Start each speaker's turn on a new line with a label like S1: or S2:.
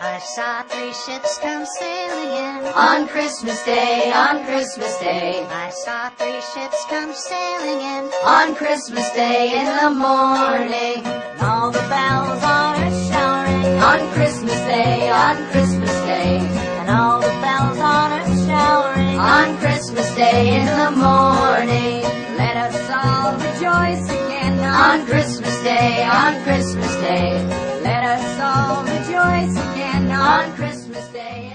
S1: I saw three ships come sailing in.
S2: On Christmas Day, on Christmas Day,
S1: I saw three ships come sailing in.
S2: on Christmas Day in the morning.
S1: All the bells are a-shouting.
S2: On Christmas Day, on Christmas Day,
S1: And all the bells are a-shouting.
S2: on Christmas Day in the morning.
S1: Let us all rejoice again.
S2: On Christmas Day, on Christmas Day,
S1: Let us all rejoice again.
S2: on Christmas Day.